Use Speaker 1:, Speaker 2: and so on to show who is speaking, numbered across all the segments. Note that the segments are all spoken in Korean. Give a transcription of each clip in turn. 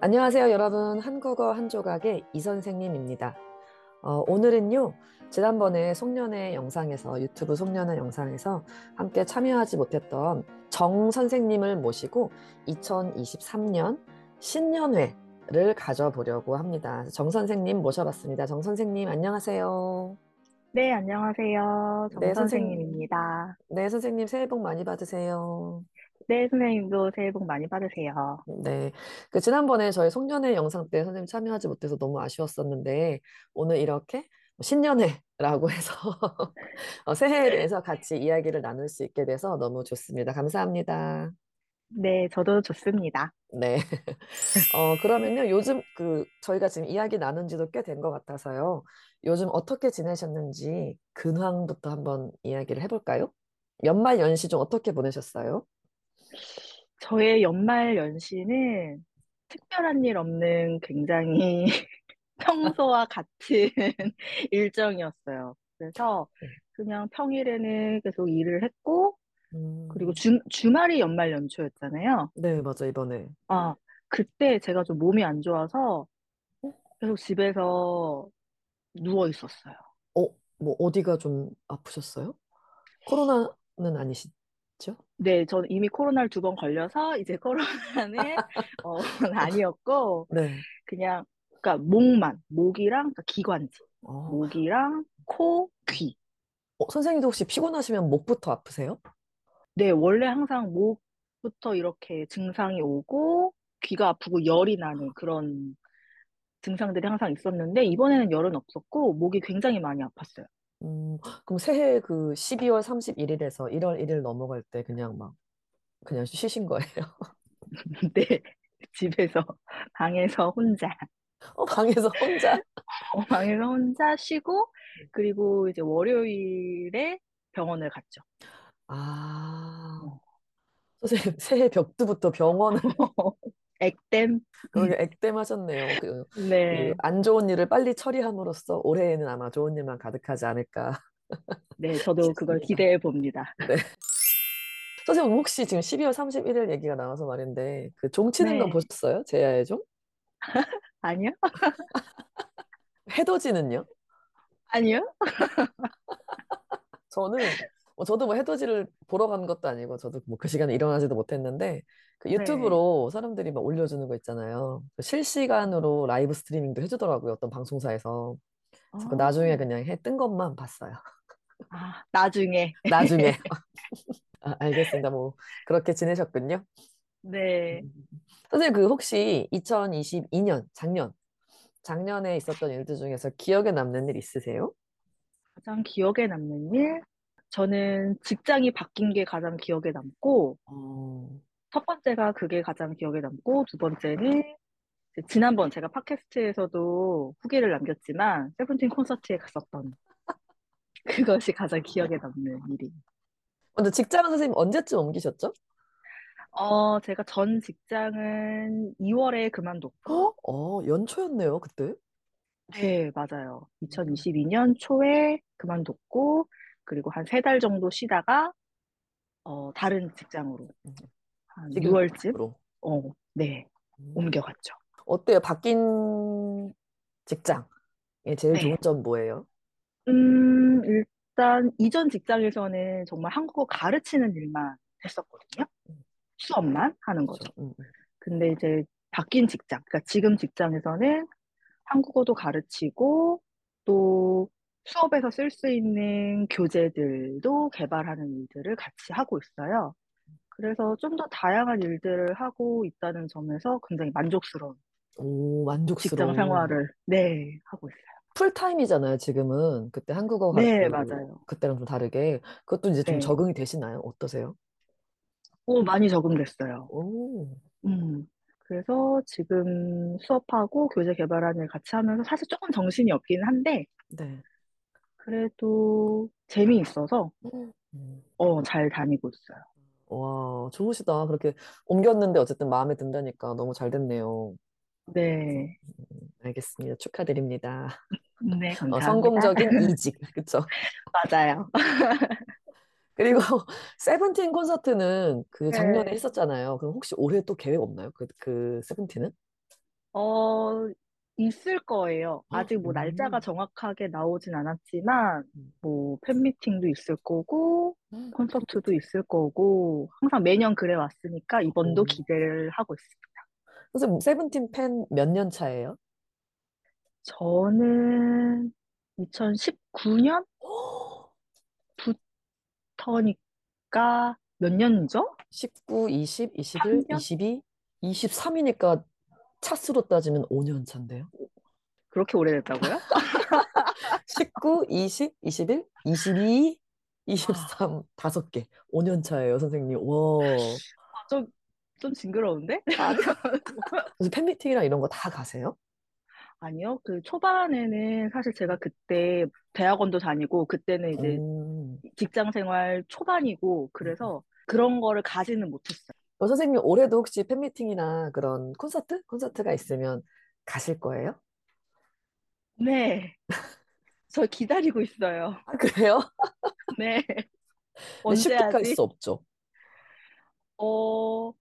Speaker 1: 안녕하세요, 여러분. 한국어 한 조각의 이 선생님입니다. 어, 오늘은요, 지난번에 송년회 영상에서, 유튜브 송년회 영상에서 함께 참여하지 못했던 정 선생님을 모시고 2023년 신년회를 가져보려고 합니다. 정 선생님 모셔봤습니다. 정 선생님, 안녕하세요.
Speaker 2: 네, 안녕하세요. 정
Speaker 1: 네, 선생님.
Speaker 2: 선생님입니다.
Speaker 1: 네, 선생님, 새해 복 많이 받으세요.
Speaker 2: 네, 선생님도 새해 복 많이 받으세요.
Speaker 1: 네. 그 지난번에 저희 송년회 영상 때 선생님 참여하지 못해서 너무 아쉬웠었는데, 오늘 이렇게 뭐 신년회라고 해서 어, 새해에 대해서 같이 이야기를 나눌 수 있게 돼서 너무 좋습니다. 감사합니다.
Speaker 2: 네, 저도 좋습니다.
Speaker 1: 네. 어, 그러면요. 요즘 그 저희가 지금 이야기 나눈 지도 꽤 된 것 같아서요. 요즘 어떻게 지내셨는지 근황부터 한번 이야기를 해볼까요? 연말 연시 좀 어떻게 보내셨어요?
Speaker 2: 저의 연말 연시는 특별한 일 없는 굉장히 평소와 같은 일정이었어요. 그래서
Speaker 1: 네.
Speaker 2: 그냥 평일에는 계속 일을 했고,
Speaker 1: 음,
Speaker 2: 그리고 주, 주말이 연말 연초였잖아요.
Speaker 1: 네, 맞아, 이번에.
Speaker 2: 아, 그때 제가 좀 몸이 안 좋아서 계속 집에서 누워 있었어요.
Speaker 1: 어, 뭐 어디가 좀 아프셨어요? 코로나는 아니시죠?
Speaker 2: 네, 전 이미 코로나를 두 번 걸려서 이제 코로나는 어, 아니었고
Speaker 1: 네.
Speaker 2: 그냥 그러니까 목만 목이랑 그러니까 기관지
Speaker 1: 어,
Speaker 2: 목이랑 코, 귀.
Speaker 1: 어, 선생님도 혹시 피곤하시면 목부터 아프세요?
Speaker 2: 네, 원래 항상 목부터 이렇게 증상이 오고 귀가 아프고 열이 나는 그런 증상들이 항상 있었는데 이번에는 열은 없었고 목이 굉장히 많이 아팠어요.
Speaker 1: 음, 그럼 새해 그 12월 31일에서 1월 1일 넘어갈 때 그냥 막 그냥 쉬신 거예요?
Speaker 2: 근데 네, 집에서 방에서 혼자
Speaker 1: 어, 방에서 혼자?
Speaker 2: 어, 방에서 혼자 쉬고 그리고 이제 월요일에 병원을 갔죠.
Speaker 1: 아, 선생님 새해 벽두부터 병원을
Speaker 2: 액땜.
Speaker 1: 그렇게 액땜하셨네요. 그, 그
Speaker 2: 네,
Speaker 1: 안 좋은 일을 빨리 처리함으로써 올해에는 아마 좋은 일만 가득하지 않을까
Speaker 2: 네, 저도 그걸
Speaker 1: 싶습니다.
Speaker 2: 기대해 봅니다.
Speaker 1: 선생님 혹시 지금 12월 31일 얘기가 나와서 말인데 그 종치는 건
Speaker 2: 네,
Speaker 1: 보셨어요? 제야의 종?
Speaker 2: 아니요?
Speaker 1: 해돋이는요?
Speaker 2: 아니요?
Speaker 1: 저는 뭐 저도 뭐 해돋이를 보러 간 것도 아니고 저도 뭐 그 시간에 일어나지도 못했는데 그
Speaker 2: 네,
Speaker 1: 유튜브로 사람들이 막 올려주는 거 있잖아요. 그 실시간으로 라이브 스트리밍도 해주더라고요. 어떤 방송사에서. 그래서 그 나중에
Speaker 2: 어,
Speaker 1: 그냥 해 뜬 것만 봤어요.
Speaker 2: 아, 나중에.
Speaker 1: 나중에. 아, 알겠습니다. 뭐 그렇게 지내셨군요. 음.
Speaker 2: 네,
Speaker 1: 선생님 그 혹시 2022년 작년 작년에 있었던 일들 중에서 기억에 남는 일 있으세요?
Speaker 2: 가장 기억에 남는 일? 저는 직장이 바뀐 게 가장 기억에 남고,
Speaker 1: 어,
Speaker 2: 첫 번째가 그게 가장 기억에 남고, 두 번째는 이제 지난번 제가 팟캐스트에서도 후기를 남겼지만, 세븐틴 콘서트에 갔었던 그것이 가장 기억에 남는 일이.
Speaker 1: 먼저 직장은 선생님 언제쯤 옮기셨죠?
Speaker 2: 어, 제가 전 직장은 2월에 그만뒀고,
Speaker 1: 어, 연초였네요, 그때.
Speaker 2: 네, 맞아요.
Speaker 1: 음.
Speaker 2: 2022년 초에 그만뒀고, 그리고 한 세 달 정도 쉬다가, 어, 다른 직장으로,
Speaker 1: 음.
Speaker 2: 한
Speaker 1: 지금
Speaker 2: 6월쯤?
Speaker 1: 으로.
Speaker 2: 어, 네,
Speaker 1: 예? 음.
Speaker 2: 옮겨갔죠.
Speaker 1: 어때요? 바뀐 직장의 제일 좋은
Speaker 2: 네.
Speaker 1: 점 뭐예요?
Speaker 2: 음, 일단, 이전 직장에서는 정말 한국어 가르치는 일만 했었거든요.
Speaker 1: 음,
Speaker 2: 수업만 하는 거죠.
Speaker 1: 그렇죠. 음, 음.
Speaker 2: 근데 이제 바뀐 직장, 그러니까 지금 직장에서는 한국어도 가르치고 또 수업에서 쓸 수 있는 교재들도 개발하는 일들을 같이 하고 있어요. 그래서 좀 더 다양한 일들을 하고 있다는 점에서 굉장히 만족스러운
Speaker 1: 오,
Speaker 2: 직장
Speaker 1: 만족스러운.
Speaker 2: 생활을 네, 하고 있어요.
Speaker 1: 풀타임이잖아요, 지금은. 그때 한국어
Speaker 2: 네,
Speaker 1: 가르치고
Speaker 2: 맞아요.
Speaker 1: 그때랑 좀 다르게. 그것도 이제 좀
Speaker 2: 네.
Speaker 1: 적응이 되시나요? 어떠세요?
Speaker 2: 오, 많이 적응됐어요.
Speaker 1: 오,
Speaker 2: 음. 그래서 지금 수업하고 교재 개발하는 일 같이 하면서 사실 조금 정신이 없긴 한데
Speaker 1: 네.
Speaker 2: 그래도 재미있어서
Speaker 1: 음.
Speaker 2: 어, 잘 다니고 있어요.
Speaker 1: 와, 좋으시다. 그렇게 옮겼는데 어쨌든 마음에 든다니까 너무 잘 됐네요.
Speaker 2: 네.
Speaker 1: 음, 알겠습니다. 축하드립니다.
Speaker 2: 네,
Speaker 1: 어,
Speaker 2: 감사합니다.
Speaker 1: 성공적인 이직, 그쵸?
Speaker 2: 맞아요.
Speaker 1: 그리고 세븐틴 콘서트는 그 작년에
Speaker 2: 네.
Speaker 1: 했었잖아요. 그럼 혹시 올해 또 계획 없나요? 그, 그 세븐틴은?
Speaker 2: 어, 있을 거예요. 아직 뭐 날짜가
Speaker 1: 음.
Speaker 2: 정확하게 나오진 않았지만,
Speaker 1: 음.
Speaker 2: 뭐 팬미팅도 있을 거고,
Speaker 1: 음.
Speaker 2: 콘서트도 있을 거고, 항상 매년 그래 왔으니까 이번도
Speaker 1: 어.
Speaker 2: 기대를 하고 있습니다.
Speaker 1: 선생님, 세븐틴 팬 몇 년 차예요?
Speaker 2: 저는 2019년부터니까 몇 년이죠?
Speaker 1: 19, 20, 21,
Speaker 2: 3년?
Speaker 1: 22, 23이니까 차수로 따지면 5년 차인데요.
Speaker 2: 그렇게 오래됐다고요?
Speaker 1: 19, 20, 21, 22,
Speaker 2: 와,
Speaker 1: 23, 다섯 개. 5년 차예요, 선생님. 와.
Speaker 2: 좀, 좀 징그러운데?
Speaker 1: 아, 무슨 팬미팅이랑 이런 거 다 가세요?
Speaker 2: 아니요. 그 초반에는 사실 제가 그때 대학원도 다니고, 그때는 이제
Speaker 1: 음.
Speaker 2: 직장 생활 초반이고,
Speaker 1: 음, 음.
Speaker 2: 그래서 그런 거를 가지는 못했어요.
Speaker 1: 어, 선생님, 올해도 혹시 팬미팅이나 그런 콘서트? 콘서트가 있으면 가실 거예요?
Speaker 2: 네. 저 기다리고 있어요.
Speaker 1: 아, 그래요?
Speaker 2: 네.
Speaker 1: 근데
Speaker 2: 언제
Speaker 1: 쉽게 갈
Speaker 2: 하지?
Speaker 1: 수 없죠.
Speaker 2: 어,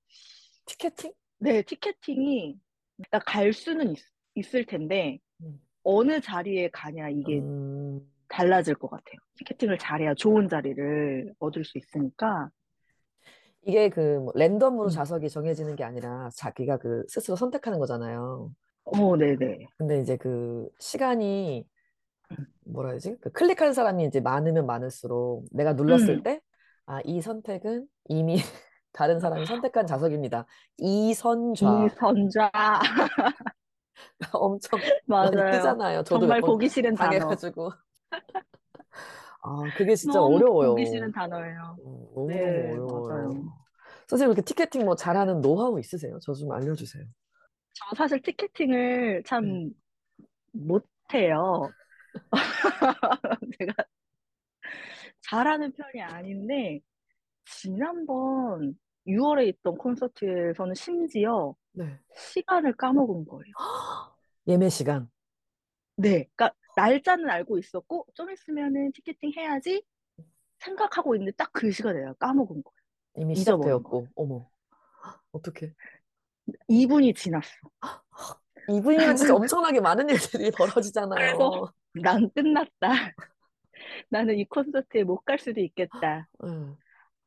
Speaker 1: 티켓팅?
Speaker 2: 네. 티켓팅이, 그러니까 갈 수는 있, 있을 텐데,
Speaker 1: 음.
Speaker 2: 어느 자리에 가냐, 이게
Speaker 1: 음.
Speaker 2: 달라질 것 같아요. 티켓팅을 잘해야 좋은 자리를 얻을 수 있으니까.
Speaker 1: 이게 그뭐 랜덤으로
Speaker 2: 음.
Speaker 1: 좌석이 정해지는 게 아니라 자기가 그 스스로 선택하는 거잖아요.
Speaker 2: 어, 네네.
Speaker 1: 근데 이제 그 시간이
Speaker 2: 음.
Speaker 1: 뭐라 해야지? 그 클릭하는 사람이 이제 많으면 많을수록 내가 눌렀을
Speaker 2: 음.
Speaker 1: 때 아, 이 선택은 이미 다른 사람이 선택한 좌석입니다. 이선좌.
Speaker 2: 이선좌.
Speaker 1: 엄청 많이
Speaker 2: 맞아요.
Speaker 1: 뜨잖아요. 저도 몇
Speaker 2: 정말
Speaker 1: 번
Speaker 2: 보기 싫은 단어.
Speaker 1: 당해가지고. 아, 그게 진짜
Speaker 2: 너무 보기 싫은
Speaker 1: 어려워요.
Speaker 2: 단어예요.
Speaker 1: 음, 너무너무
Speaker 2: 네,
Speaker 1: 어려워요.
Speaker 2: 맞아요.
Speaker 1: 선생님, 이렇게 티켓팅 뭐 잘하는 노하우 있으세요? 저 좀 알려주세요.
Speaker 2: 저 사실 티켓팅을
Speaker 1: 네.
Speaker 2: 참 못해요. 제가 잘하는 편이 아닌데, 지난번 6월에 있던 콘서트에서는 심지어
Speaker 1: 네.
Speaker 2: 시간을 까먹은 거예요.
Speaker 1: 예매 시간.
Speaker 2: 네. 그러니까 날짜는 알고 있었고, 좀 있으면은 티켓팅 해야지 생각하고 있는데 딱 그 시간에 내가 까먹은 거예요.
Speaker 1: 이미
Speaker 2: 잊어버린 거예요.
Speaker 1: 시작되었고, 어머, 어떡해.
Speaker 2: 2분이 지났어.
Speaker 1: 2분이면 진짜
Speaker 2: 그래서
Speaker 1: 엄청나게 많은 일들이 벌어지잖아요.
Speaker 2: 난 끝났다. 나는 이 콘서트에 못 갈 수도 있겠다.
Speaker 1: 응,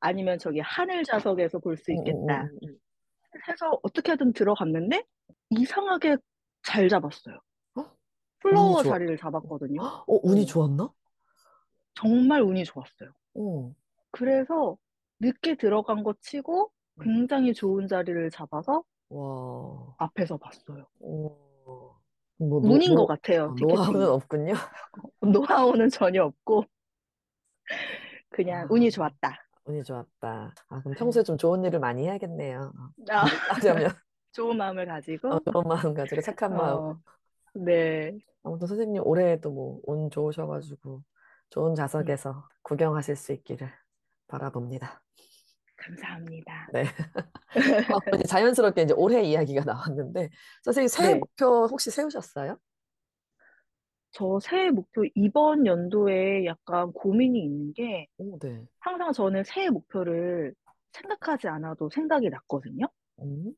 Speaker 2: 아니면 저기 하늘 좌석에서 볼 수
Speaker 1: 응, 응,
Speaker 2: 있겠다.
Speaker 1: 응, 응.
Speaker 2: 해서 어떻게든 들어갔는데 이상하게 잘 잡았어요.
Speaker 1: 응. 어? 운이
Speaker 2: 플로어
Speaker 1: 좋아.
Speaker 2: 자리를
Speaker 1: 어,
Speaker 2: 잡았거든요.
Speaker 1: 어, 운이
Speaker 2: 어,
Speaker 1: 좋았나?
Speaker 2: 정말 운이 좋았어요.
Speaker 1: 어.
Speaker 2: 그래서 늦게 들어간 것 치고
Speaker 1: 응.
Speaker 2: 굉장히 좋은 자리를 잡아서
Speaker 1: 와.
Speaker 2: 앞에서 봤어요.
Speaker 1: 어. 뭐, 노,
Speaker 2: 운인 것
Speaker 1: 노,
Speaker 2: 같아요,
Speaker 1: 어, 노하우는
Speaker 2: 티켓팅이.
Speaker 1: 없군요.
Speaker 2: 노하우는 전혀 없고 그냥 운이
Speaker 1: 아,
Speaker 2: 좋았다.
Speaker 1: 운이 좋았다. 아, 그럼
Speaker 2: 네.
Speaker 1: 평소에 좀 좋은 일을 많이 해야겠네요.
Speaker 2: 아,
Speaker 1: 하려면
Speaker 2: 좋은 마음을
Speaker 1: 어,
Speaker 2: 가지고
Speaker 1: 좋은 마음 가지고 착한 마음.
Speaker 2: 어, 네.
Speaker 1: 아무튼 선생님 올해에도 뭐 운 좋으셔가지고 좋은
Speaker 2: 음,
Speaker 1: 좌석에서 구경하실 수 있기를 바라봅니다.
Speaker 2: 감사합니다.
Speaker 1: 네. 어, 이제 자연스럽게 이제 올해 이야기가 나왔는데 선생님 새해
Speaker 2: 네.
Speaker 1: 목표 혹시 세우셨어요?
Speaker 2: 저 새해 목표, 이번 연도에 약간 고민이 있는 게,
Speaker 1: 오, 네.
Speaker 2: 항상 저는 새해 목표를 생각하지 않아도 생각이 났거든요.
Speaker 1: 음?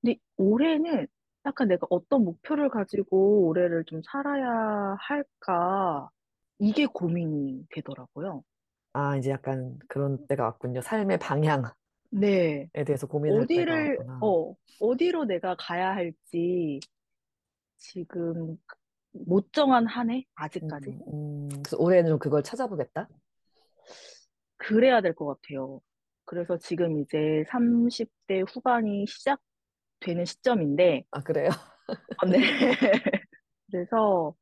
Speaker 2: 근데 올해는 약간 내가 어떤 목표를 가지고 올해를 좀 살아야 할까, 이게 고민이 되더라고요.
Speaker 1: 아, 이제 약간 그런 때가 왔군요. 삶의 방향에
Speaker 2: 네.
Speaker 1: 대해서 고민할 때가
Speaker 2: 어디를,
Speaker 1: 왔구나. 음,
Speaker 2: 어, 어디로 내가 가야 할지 지금 못 정한 한 해?
Speaker 1: 음,
Speaker 2: 아직까지?
Speaker 1: 음, 그래서 올해는 좀 그걸 찾아보겠다.
Speaker 2: 그래야 될 것 같아요. 그래서 지금 이제 30대 후반이 시작되는 시점인데,
Speaker 1: 아, 그래요?
Speaker 2: 아, 네. 그래서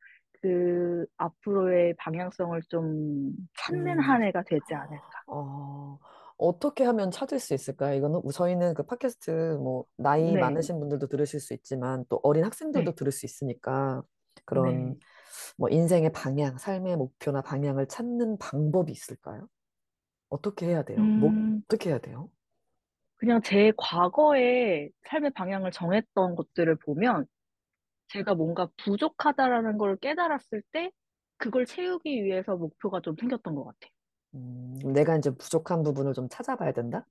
Speaker 2: 그 앞으로의 방향성을 좀 찾는
Speaker 1: 음.
Speaker 2: 한 해가 되지 않을까. 네.
Speaker 1: 어, 어떻게 하면 찾을 수 있을까요? 이거는 우- 저희는 그 팟캐스트 뭐 나이
Speaker 2: 네,
Speaker 1: 많으신 분들도 들으실 수 있지만 또 어린 학생들도
Speaker 2: 네,
Speaker 1: 들을 수 있으니까 그런
Speaker 2: 네.
Speaker 1: 뭐 인생의 방향, 삶의 목표나 방향을 찾는 방법이 있을까요? 어떻게 해야 돼요? 뭐
Speaker 2: 음,
Speaker 1: 어떻게 해야 돼요?
Speaker 2: 그냥 제 과거에 삶의 방향을 정했던 것들을 보면 제가 뭔가 부족하다라는 걸 깨달았을 때 그걸 채우기 위해서 목표가 좀 생겼던 것 같아요.
Speaker 1: 음, 내가 이제 부족한 부분을 좀 찾아봐야 된다?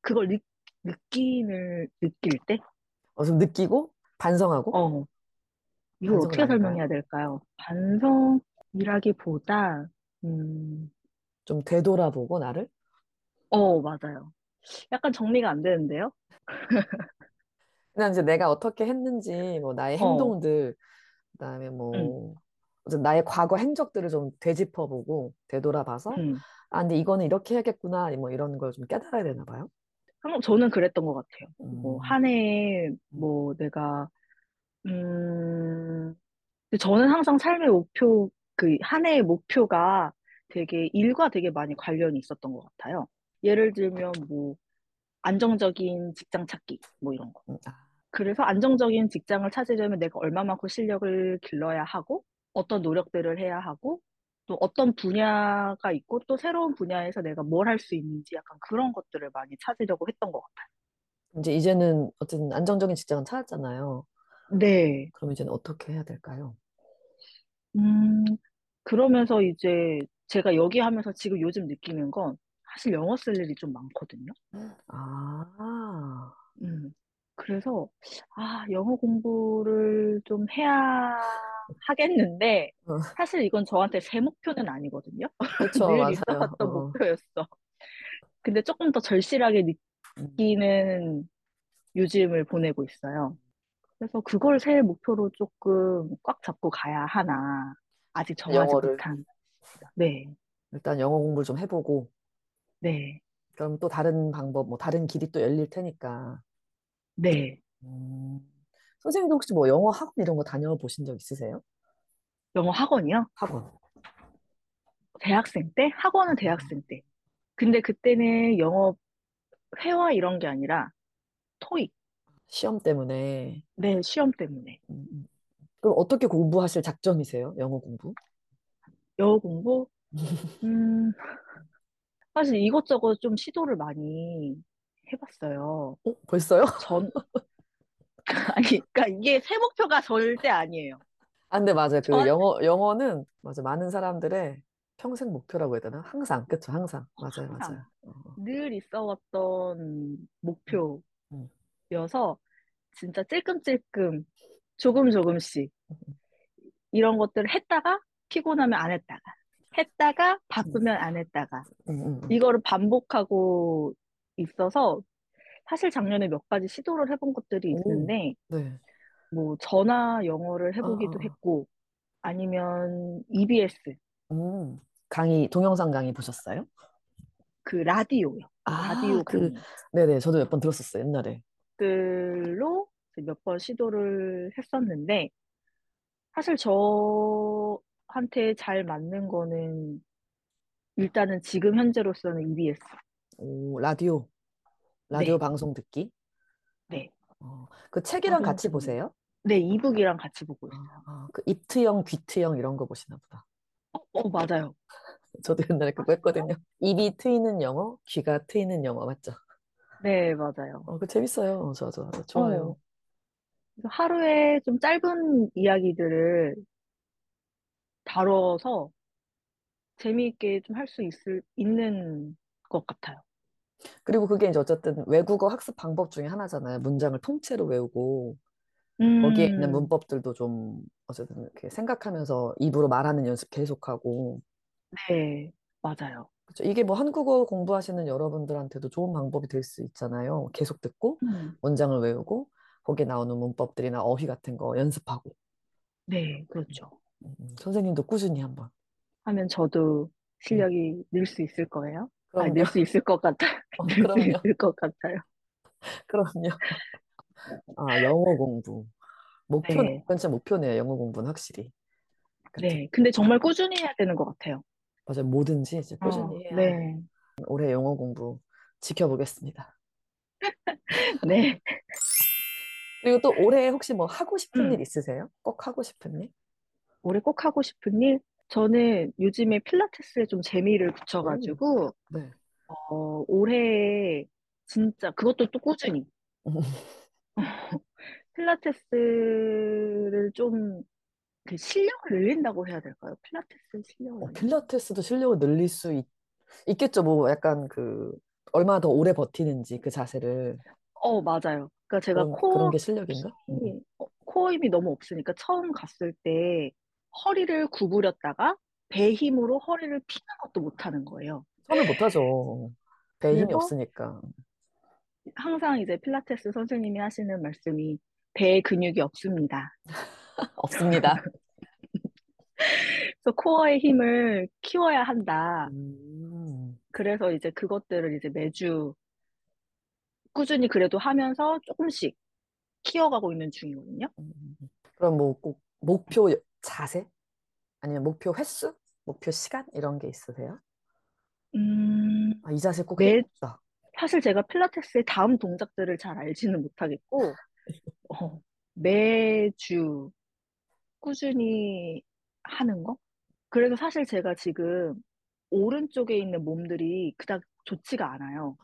Speaker 2: 그걸 느, 느끼는, 느낄 때?
Speaker 1: 어, 좀 느끼고? 반성하고?
Speaker 2: 어, 이걸
Speaker 1: 반성은
Speaker 2: 어떻게
Speaker 1: 아닌가요?
Speaker 2: 설명해야 될까요? 반성이라기보다, 음,
Speaker 1: 좀 되돌아보고 나를?
Speaker 2: 어, 맞아요. 약간 정리가 안 되는데요?
Speaker 1: 그냥 이제 내가 어떻게 했는지, 뭐 나의
Speaker 2: 어.
Speaker 1: 행동들, 그다음에 뭐 어쨌든 나의 과거 행적들을 좀 되짚어보고 되돌아봐서
Speaker 2: 음.
Speaker 1: 아 근데 이거는 이렇게 해야겠구나 뭐 이런 걸 좀 깨달아야 되나 봐요.
Speaker 2: 한번 저는 그랬던 것 같아요. 뭐,
Speaker 1: 음.
Speaker 2: 한 해에, 뭐, 내가, 음, 근데 저는 항상 삶의 목표, 그, 한 해의 목표가 되게, 일과 되게 많이 관련이 있었던 것 같아요. 예를 들면, 뭐, 안정적인 직장 찾기, 뭐 이런 거.
Speaker 1: 음, 아,
Speaker 2: 그래서 안정적인 직장을 찾으려면 내가 얼마만큼 실력을 길러야 하고, 어떤 노력들을 해야 하고, 또 어떤 분야가 있고, 또 새로운 분야에서 내가 뭘 할 수 있는지 약간 그런 것들을 많이 찾으려고 했던 것 같아요.
Speaker 1: 이제 이제는 어쨌든 안정적인 직장은 찾았잖아요.
Speaker 2: 네.
Speaker 1: 그럼 이제는 어떻게 해야 될까요?
Speaker 2: 음, 그러면서 이제 제가 여기 하면서 지금 요즘 느끼는 건 사실 영어 쓸 일이 좀 많거든요.
Speaker 1: 아,
Speaker 2: 음, 그래서, 아, 영어 공부를 좀 해야 하겠는데,
Speaker 1: 어.
Speaker 2: 사실 이건 저한테 제 목표는 아니거든요.
Speaker 1: 그렇죠,
Speaker 2: 늘
Speaker 1: 맞아요. 어.
Speaker 2: 있어왔던 목표였어. 근데 조금 더 절실하게
Speaker 1: 음.
Speaker 2: 느끼는 요즘을 보내고 있어요. 그래서 그걸 새해 목표로 조금 꽉 잡고 가야 하나. 아직 정하지
Speaker 1: 영어를
Speaker 2: 못한. 네,
Speaker 1: 일단 영어 공부를 좀 해보고
Speaker 2: 네,
Speaker 1: 그럼 또 다른 방법, 뭐 다른 길이 또 열릴 테니까.
Speaker 2: 네.
Speaker 1: 음. 선생님도 혹시 뭐 영어 학원 이런 거 다녀보신 적 있으세요?
Speaker 2: 영어 학원이요?
Speaker 1: 학원.
Speaker 2: 대학생 때? 학원은 대학생 때. 근데 그때는 영어 회화 이런 게 아니라 토익.
Speaker 1: 시험 때문에.
Speaker 2: 네, 시험 때문에.
Speaker 1: 음, 음. 그럼 어떻게 공부하실 작정이세요? 영어 공부?
Speaker 2: 영어 공부? 음, 사실 이것저것 좀 시도를 많이 해봤어요.
Speaker 1: 어, 벌써요?
Speaker 2: 전, 아니, 그러니까 이게 새 목표가 절대 아니에요.
Speaker 1: 아, 근데 맞아요. 그
Speaker 2: 전,
Speaker 1: 영어, 영어는, 맞아. 많은 사람들의 평생 목표라고 해야 되나? 항상. 그쵸, 항상. 맞아요,
Speaker 2: 항상
Speaker 1: 맞아요. 어,
Speaker 2: 늘 있어왔던
Speaker 1: 음, 음.
Speaker 2: 목표여서 진짜 찔끔찔끔 조금 조금씩 이런 것들을 했다가 피곤하면 안 했다가 했다가 바쁘면 안 했다가
Speaker 1: 음, 음, 음.
Speaker 2: 이거를 반복하고 있어서 사실 작년에 몇 가지 시도를 해본 것들이
Speaker 1: 오,
Speaker 2: 있는데
Speaker 1: 네.
Speaker 2: 뭐 전화 영어를
Speaker 1: 아, 아,
Speaker 2: 해보기도
Speaker 1: 아.
Speaker 2: 했고 아니면 E EBS
Speaker 1: 음. 강의, 동영상 강의 보셨어요?
Speaker 2: 그 라디오요
Speaker 1: 아,
Speaker 2: 라디오
Speaker 1: 그,
Speaker 2: 강의
Speaker 1: 네네. 저도 몇 번 들었었어요, 옛날에.
Speaker 2: 들로 몇 번 시도를 했었는데 사실 저한테 잘 맞는 거는 일단은 지금 현재로서는 E EBS
Speaker 1: 오, 라디오. 라디오
Speaker 2: 네,
Speaker 1: 방송 듣기.
Speaker 2: 네
Speaker 1: 어, 그 책이랑
Speaker 2: 방송
Speaker 1: 같이
Speaker 2: 듣는
Speaker 1: 보세요?
Speaker 2: 네 이북이랑 같이 보고
Speaker 1: 아,
Speaker 2: 있어요
Speaker 1: 아, 그 입트형, 귀트형 이런 거 보시나 보다.
Speaker 2: 어, 어 맞아요
Speaker 1: 저도 옛날에 그거
Speaker 2: 맞아요?
Speaker 1: 했거든요. 입이 트이는 영어, 귀가 트이는 영어 맞죠?
Speaker 2: 네 맞아요
Speaker 1: 어, 그 재밌어요. 어, 좋아, 좋아,
Speaker 2: 어
Speaker 1: 좋아요.
Speaker 2: 그래서 하루에 좀 짧은 이야기들을 다뤄서 재미있게 좀 할 수 있을 있는 것 같아요.
Speaker 1: 그리고 그게 이제 어쨌든 외국어 학습 방법 중에 하나잖아요. 문장을 통째로 외우고 거기에 있는
Speaker 2: 음,
Speaker 1: 문법들도 좀 어쨌든 이렇게 생각하면서 입으로 말하는 연습 계속하고.
Speaker 2: 네, 맞아요.
Speaker 1: 그렇죠. 이게 뭐 한국어 공부하시는 여러분들한테도 좋은 방법이 될 수 있잖아요. 계속 듣고
Speaker 2: 음,
Speaker 1: 문장을 외우고 거기에 나오는 문법들이나 어휘 같은 거 연습하고.
Speaker 2: 네, 그렇죠.
Speaker 1: 음, 음. 선생님도 꾸준히 한번.
Speaker 2: 아, 하면 저도
Speaker 1: 음.
Speaker 2: 실력이 늘 수 있을 거예요. 아,
Speaker 1: 그럼요.
Speaker 2: 늘 수 있을 것 같아요.
Speaker 1: 어,
Speaker 2: 늘 수
Speaker 1: 그럼요.
Speaker 2: 있을 것 같아요.
Speaker 1: 그럼요. 아, 영어 공부. 목표네.
Speaker 2: 네,
Speaker 1: 진짜 목표네요. 영어 공부는 확실히. 그쵸.
Speaker 2: 네. 근데 정말 꾸준히 해야 되는 것 같아요.
Speaker 1: 맞아요. 뭐든지 진짜
Speaker 2: 어,
Speaker 1: 꾸준히 해야
Speaker 2: 네,
Speaker 1: 올해 영어 공부 지켜보겠습니다.
Speaker 2: 네.
Speaker 1: 그리고 또 올해 혹시 뭐 하고 싶은 일
Speaker 2: 음,
Speaker 1: 있으세요? 꼭 하고 싶은 일?
Speaker 2: 올해 꼭 하고 싶은 일? 저는 요즘에 필라테스에 좀 재미를
Speaker 1: 오,
Speaker 2: 붙여가지고,
Speaker 1: 네.
Speaker 2: 어, 올해 진짜 그것도 또 꾸준히 필라테스를 좀, 그 실력을 늘린다고 해야 될까요? 필라테스 실력을
Speaker 1: 어,
Speaker 2: 늘린다.
Speaker 1: 필라테스도 실력을 늘릴 수 있, 있겠죠. 뭐 약간 그 얼마나 더 오래 버티는지 그 자세를
Speaker 2: 어, 맞아요. 그러니까 제가
Speaker 1: 그런 그런
Speaker 2: 코어
Speaker 1: 게 실력인가? 음, 음.
Speaker 2: 호임이 어, 너무 없으니까 처음 갔을 때 허리를 구부렸다가 배 힘으로 허리를 피는 것도 못하는 거예요.
Speaker 1: 손을 못하죠. 배 힘이
Speaker 2: 그래서
Speaker 1: 없으니까.
Speaker 2: 항상 이제 필라테스 선생님이 하시는 말씀이 배에 근육이 없습니다.
Speaker 1: 없습니다.
Speaker 2: 그래서 코어의 힘을 키워야 한다.
Speaker 1: 음.
Speaker 2: 그래서 이제 그것들을 이제 매주 꾸준히 그래도 하면서 조금씩 키워가고 있는 중이거든요.
Speaker 1: 음. 그럼 뭐 꼭 목표 자세? 아니면 목표 횟수? 목표 시간? 이런 게 있으세요?
Speaker 2: 음,
Speaker 1: 아, 이 자세 꼭
Speaker 2: 매-
Speaker 1: 해야겠다.
Speaker 2: 사실 제가 필라테스의 다음 동작들을 잘 알지는 못하겠고, 어, 매주 꾸준히 하는 거? 그래서 사실 제가 지금 오른쪽에 있는 몸들이 그닥 좋지가 않아요.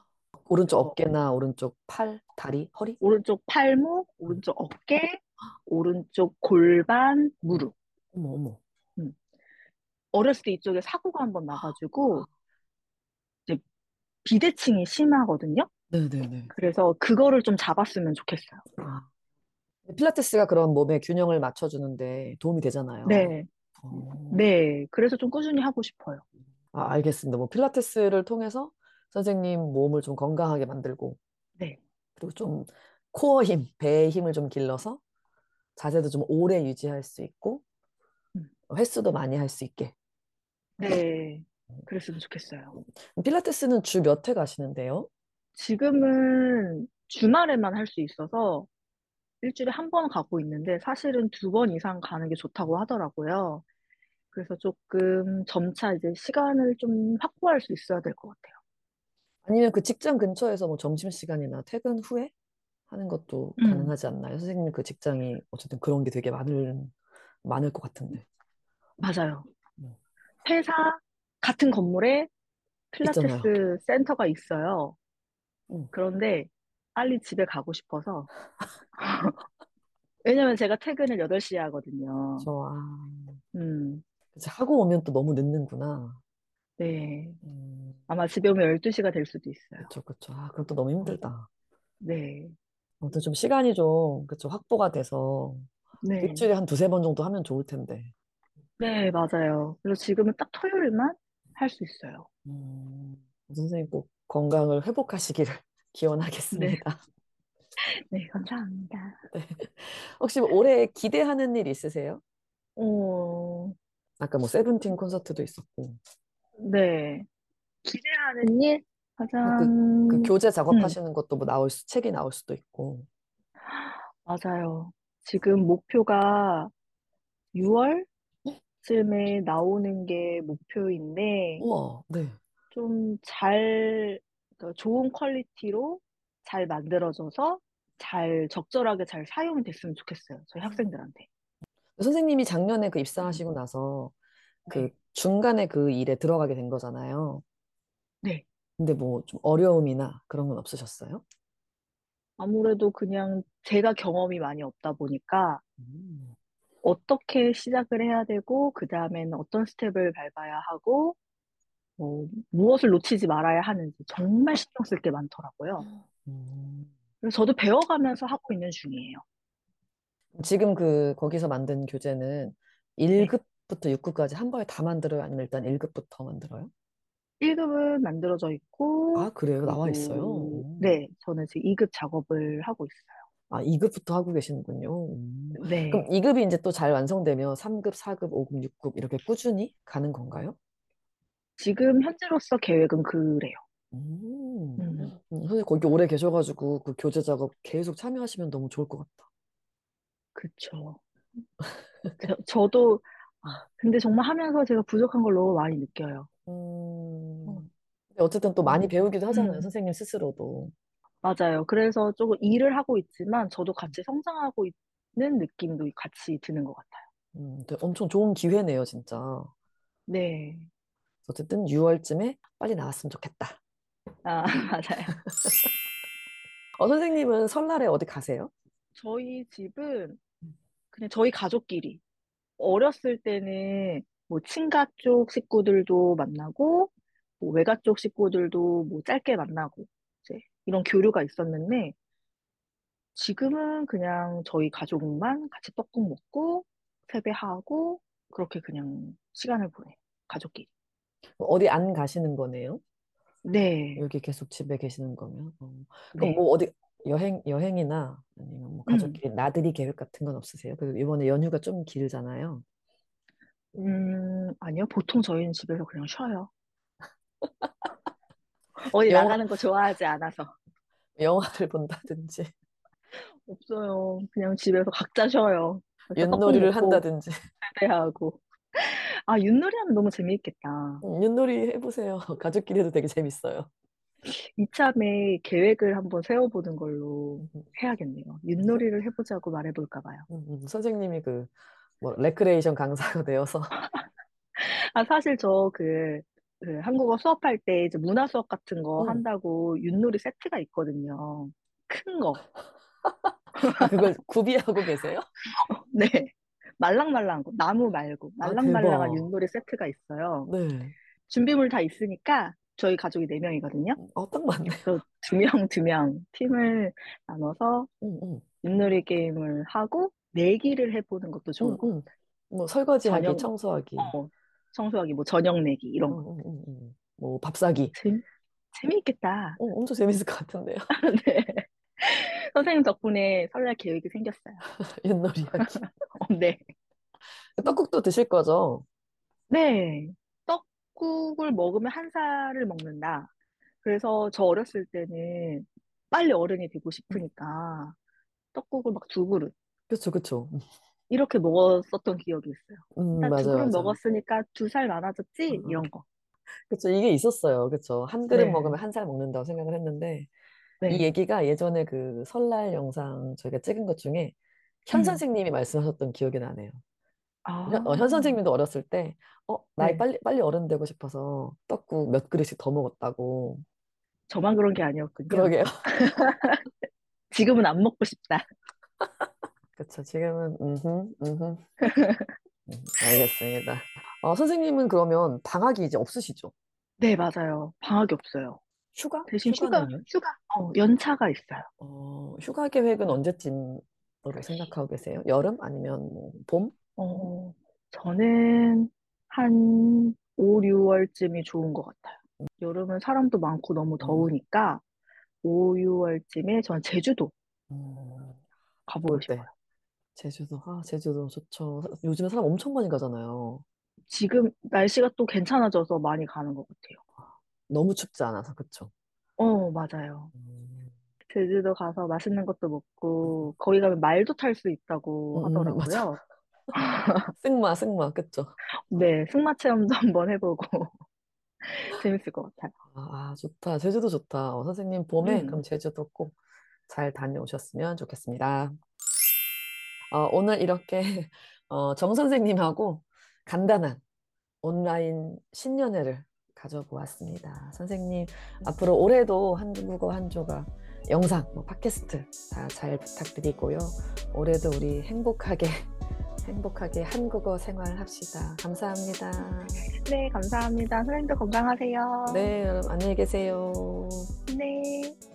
Speaker 1: 오른쪽
Speaker 2: 어,
Speaker 1: 어깨나 오른쪽 팔, 다리, 허리?
Speaker 2: 오른쪽 팔목, 오른쪽 어깨, 오른쪽 골반, 무릎.
Speaker 1: 어머, 어머.
Speaker 2: 음. 어렸을 때 이쪽에 사고가 한 번
Speaker 1: 아,
Speaker 2: 나가지고 이제 비대칭이 심하거든요.
Speaker 1: 네네네.
Speaker 2: 그래서 그거를 좀 잡았으면 좋겠어요.
Speaker 1: 아. 필라테스가 그런 몸의 균형을 맞춰주는데 도움이 되잖아요.
Speaker 2: 네,
Speaker 1: 어.
Speaker 2: 네. 그래서 좀 꾸준히 하고 싶어요.
Speaker 1: 아, 알겠습니다. 뭐 필라테스를 통해서 선생님 몸을 좀 건강하게 만들고
Speaker 2: 네,
Speaker 1: 그리고 좀 코어 힘, 배의 힘을 좀 길러서 자세도 좀 오래 유지할 수 있고
Speaker 2: 음.
Speaker 1: 횟수도 많이 할 수 있게.
Speaker 2: 네. 그랬으면 좋겠어요.
Speaker 1: 필라테스는 주 몇 회 가시는데요?
Speaker 2: 지금은 주말에만 할 수 있어서 일주일에 한 번 가고 있는데 사실은 두 번 이상 가는 게 좋다고 하더라고요. 그래서 조금 점차 이제 시간을 좀 확보할 수 있어야 될 것 같아요.
Speaker 1: 아니면 그 직장 근처에서 뭐 점심시간이나 퇴근 후에 하는 것도
Speaker 2: 음.
Speaker 1: 가능하지 않나요? 선생님 그 직장이 어쨌든 그런 게 되게 많을, 많을 것
Speaker 2: 음.
Speaker 1: 같은데.
Speaker 2: 맞아요.
Speaker 1: 뭐
Speaker 2: 회사 같은 건물에
Speaker 1: 있잖아요.
Speaker 2: 필라테스 센터가 있어요.
Speaker 1: 음.
Speaker 2: 그런데 빨리 집에 가고 싶어서. 왜냐면 제가 퇴근을 8시에 하거든요.
Speaker 1: 저, 아,
Speaker 2: 음,
Speaker 1: 그치. 하고 오면 또 너무 늦는구나.
Speaker 2: 네.
Speaker 1: 음,
Speaker 2: 아마 집에 오면 12시가 될 수도 있어요.
Speaker 1: 그쵸, 그쵸. 아, 그럼 또 너무
Speaker 2: 음,
Speaker 1: 힘들다.
Speaker 2: 네.
Speaker 1: 아무튼 좀 시간이 좀, 그쵸, 확보가 돼서
Speaker 2: 네.
Speaker 1: 일주일에 한 두세 번 정도 하면 좋을 텐데.
Speaker 2: 네, 맞아요. 그래서 지금은 딱 토요일만 할 수 있어요.
Speaker 1: 음, 선생님 꼭 건강을 회복하시기를
Speaker 2: 네.
Speaker 1: 기원하겠습니다.
Speaker 2: 네, 감사합니다.
Speaker 1: 네. 혹시 뭐 올해 기대하는 일 있으세요?
Speaker 2: 어,
Speaker 1: 아까 뭐 세븐틴 콘서트도 있었고
Speaker 2: 네. 기대하는 일?
Speaker 1: 뭐 그, 그
Speaker 2: 가장,
Speaker 1: 교재
Speaker 2: 음,
Speaker 1: 작업하시는 것도 뭐 나올 수, 책이 나올 수도 있고
Speaker 2: 맞아요. 지금 목표가 6월쯤에 나오는 게 목표인데,
Speaker 1: 우와 네
Speaker 2: 좀 잘, 그 좋은 퀄리티로 잘 만들어져서 잘, 적절하게 잘 사용이 됐으면 좋겠어요. 저희 학생들한테.
Speaker 1: 선생님이 작년에 그 입사하시고 나서 그
Speaker 2: 음. 네.
Speaker 1: 중간에 그 일에 들어가게 된 거잖아요
Speaker 2: 네.
Speaker 1: 근데 뭐 좀 어려움이나 그런 건 없으셨어요?
Speaker 2: 아무래도 그냥 제가 경험이 많이 없다 보니까
Speaker 1: 음.
Speaker 2: 어떻게 시작을 해야 되고, 그 다음에는 어떤 스텝을 밟아야 하고, 뭐, 무엇을 놓치지 말아야 하는지 정말 신경 쓸 게 많더라고요.
Speaker 1: 음.
Speaker 2: 그래서 저도 배워가면서 하고 있는 중이에요.
Speaker 1: 지금 그 거기서 만든 교재는
Speaker 2: 네.
Speaker 1: 1급부터 6급까지 한 번에 다 만들어요? 아니면 일단 1급부터 만들어요?
Speaker 2: 1급은 만들어져 있고,
Speaker 1: 아 그래요? 나와 있어요?
Speaker 2: 그리고,
Speaker 1: 오.
Speaker 2: 네, 저는 지금 2급 작업을 하고 있어요.
Speaker 1: 아, 2급부터 하고 계시는군요. 음. 그럼
Speaker 2: 네.
Speaker 1: 2급이 이제 또 잘 완성되면 3급, 4급, 5급, 6급 이렇게 꾸준히 가는 건가요?
Speaker 2: 지금 현재로서 계획은 그래요.
Speaker 1: 음.
Speaker 2: 음.
Speaker 1: 음, 선생님 거기 오래 계셔가지고 그 교재 작업 계속 참여하시면 너무 좋을 것 같다.
Speaker 2: 그쵸. 저, 저도, 아, 근데 정말 하면서 제가 부족한 걸 너무 많이 느껴요. 어,
Speaker 1: 음. 근데 어쨌든 또 많이
Speaker 2: 어,
Speaker 1: 배우기도 하잖아요.
Speaker 2: 음,
Speaker 1: 선생님 스스로도.
Speaker 2: 맞아요. 그래서 조금 일을 하고 있지만 저도
Speaker 1: 음.
Speaker 2: 같이 성장하고 있는 느낌도 같이 드는 것 같아요.
Speaker 1: 음, 근데 엄청 좋은 기회네요, 진짜.
Speaker 2: 네.
Speaker 1: 어쨌든 6월쯤에 빨리 나왔으면 좋겠다.
Speaker 2: 아, 맞아요.
Speaker 1: 어, 선생님은 설날에 어디 가세요?
Speaker 2: 저희 집은
Speaker 1: 음.
Speaker 2: 그냥 저희 가족끼리. 어렸을 때는 뭐 친가 쪽 식구들도 만나고, 뭐 외가 쪽 식구들도 뭐 짧게 만나고, 이제 이런 교류가 있었는데, 지금은 그냥 저희 가족만 같이 떡국 먹고 세배하고 그렇게 그냥 시간을 보내. 가족끼리.
Speaker 1: 어디 안 가시는 거네요?
Speaker 2: 네.
Speaker 1: 여기 계속 집에 계시는 거면. 어. 그럼
Speaker 2: 네. 음.
Speaker 1: 뭐 어디 여행 여행이나 아니면 뭐 가족끼리 나들이 계획 같은 건 없으세요? 그 이번에 연휴가 좀 길잖아요.
Speaker 2: 음, 아니요. 보통 저희는 집에서 그냥 쉬어요. 어디
Speaker 1: 영화-
Speaker 2: 나가는 거 좋아하지 않아서.
Speaker 1: 영화를 본다든지
Speaker 2: 없어요. 그냥 집에서 각자 쉬어요. 그래서 떡국
Speaker 1: 윷놀이를
Speaker 2: 먹고
Speaker 1: 한다든지
Speaker 2: 세배하고. 아, 윷놀이 하면 너무 재미있겠다.
Speaker 1: 음, 윷놀이 해보세요. 가족끼리 해도 되게 재밌어요. 음,
Speaker 2: 이참에 계획을 한번 세워보는 걸로 해야겠네요. 윷놀이를 해보자고 말해볼까 봐요.
Speaker 1: 음, 음, 선생님이 그, 뭐, 레크레이션 강사가 되어서.
Speaker 2: 아, 사실 저 그, 그 한국어 수업할 때 이제 문화 수업 같은 거
Speaker 1: 응.
Speaker 2: 한다고 윷놀이 세트가 있거든요. 큰 거.
Speaker 1: 아, 그걸 구비하고 계세요?
Speaker 2: 네. 말랑말랑한 거. 나무 말고.
Speaker 1: 아,
Speaker 2: 말랑말랑한
Speaker 1: 대박.
Speaker 2: 윷놀이 세트가 있어요.
Speaker 1: 네.
Speaker 2: 준비물 다 있으니까 저희 가족이 네명이거든요
Speaker 1: 어, 딱 맞네.
Speaker 2: 그래서 두 명, 두 명 팀을 나눠서
Speaker 1: 응, 응,
Speaker 2: 윷놀이 게임을 하고 내기를 해보는 것도 좋을
Speaker 1: 응,
Speaker 2: 것
Speaker 1: 응. 뭐, 설거지하기,
Speaker 2: 저녁-
Speaker 1: 청소하기.
Speaker 2: 같아요. 어, 청소하기, 뭐 저녁 내기 이런 거.
Speaker 1: 응, 응, 응, 응. 뭐, 밥 사기.
Speaker 2: 재미, 재미있겠다.
Speaker 1: 어, 엄청 재밌을 것 같은데요.
Speaker 2: 네. 선생님 덕분에 설날 계획이 생겼어요.
Speaker 1: 윷놀이 하기.
Speaker 2: 어, 네.
Speaker 1: 떡국도 드실 거죠?
Speaker 2: 네. 떡국을 먹으면 한 살을 먹는다. 그래서 저 어렸을 때는 빨리 어른이 되고 싶으니까 떡국을 막 두 그릇
Speaker 1: 그쵸, 그쵸.
Speaker 2: 이렇게 먹었었던 기억이 있어요.
Speaker 1: 음,
Speaker 2: 나 두
Speaker 1: 맞아요,
Speaker 2: 그릇
Speaker 1: 맞아요.
Speaker 2: 먹었으니까 두 살 많아졌지?
Speaker 1: 음, 음.
Speaker 2: 이런 거.
Speaker 1: 그쵸, 이게 있었어요. 그쵸. 한 그릇
Speaker 2: 네.
Speaker 1: 먹으면 한 살 먹는다고 생각을 했는데, 이
Speaker 2: 네.
Speaker 1: 얘기가 예전에 그 설날 영상 저희가 찍은 것 중에 현
Speaker 2: 음.
Speaker 1: 선생님이 말씀하셨던 기억이 나네요. 현, 어, 현
Speaker 2: 아,
Speaker 1: 선생님도 어렸을 때, 어, 나이
Speaker 2: 네.
Speaker 1: 빨리, 빨리 어른 되고 싶어서 떡국 몇 그릇씩 더 먹었다고.
Speaker 2: 네. 저만 그런 게 아니었군요.
Speaker 1: 그러게요.
Speaker 2: 지금은 안 먹고 싶다.
Speaker 1: 그쵸. 지금은, 음흠, 음흠. 음, 알겠습니다. 어, 선생님은 그러면 방학이 이제 없으시죠?
Speaker 2: 네, 맞아요. 방학이 없어요.
Speaker 1: 휴가?
Speaker 2: 대신 휴가,
Speaker 1: 휴가는요?
Speaker 2: 휴가, 어, 연차가 있어요.
Speaker 1: 어, 휴가 계획은 언제쯤으로 생각하고 계세요? 여름? 아니면 뭐 봄?
Speaker 2: 어, 저는 한 5, 6월쯤이 좋은 것 같아요. 여름은 사람도 많고 너무 더우니까 5, 6월쯤에 전 제주도
Speaker 1: 음,
Speaker 2: 어,
Speaker 1: 좋을
Speaker 2: 가보고
Speaker 1: 때.
Speaker 2: 싶어요.
Speaker 1: 제주도, 아, 제주도 좋죠. 요즘에 사람 엄청 많이 가잖아요.
Speaker 2: 지금 날씨가 또 괜찮아져서 많이 가는 것 같아요.
Speaker 1: 너무 춥지 않아서, 그쵸?
Speaker 2: 어, 맞아요.
Speaker 1: 음,
Speaker 2: 제주도 가서 맛있는 것도 먹고 거기 가면 말도 탈 수
Speaker 1: 음,
Speaker 2: 있다고
Speaker 1: 음, 맞아.
Speaker 2: 하더라고요.
Speaker 1: 승마, 승마, 그쵸?
Speaker 2: 네,
Speaker 1: 어.
Speaker 2: 승마 체험도 한번 해보고 재밌을 것 같아요.
Speaker 1: 아, 좋다. 제주도 좋다. 어, 선생님, 봄에
Speaker 2: 음.
Speaker 1: 그럼 제주도 꼭 잘 다녀오셨으면 좋겠습니다. 어, 오늘 이렇게 어, 정 선생님하고 간단한 온라인 신년회를 가져보았습니다. 선생님, 앞으로 올해도 한국어 한 조각 영상, 뭐 팟캐스트 다 잘 부탁드리고요. 올해도 우리 행복하게, 행복하게 한국어 생활합시다. 감사합니다.
Speaker 2: 네, 감사합니다. 선생님도 건강하세요.
Speaker 1: 네, 여러분, 안녕히 계세요.
Speaker 2: 네.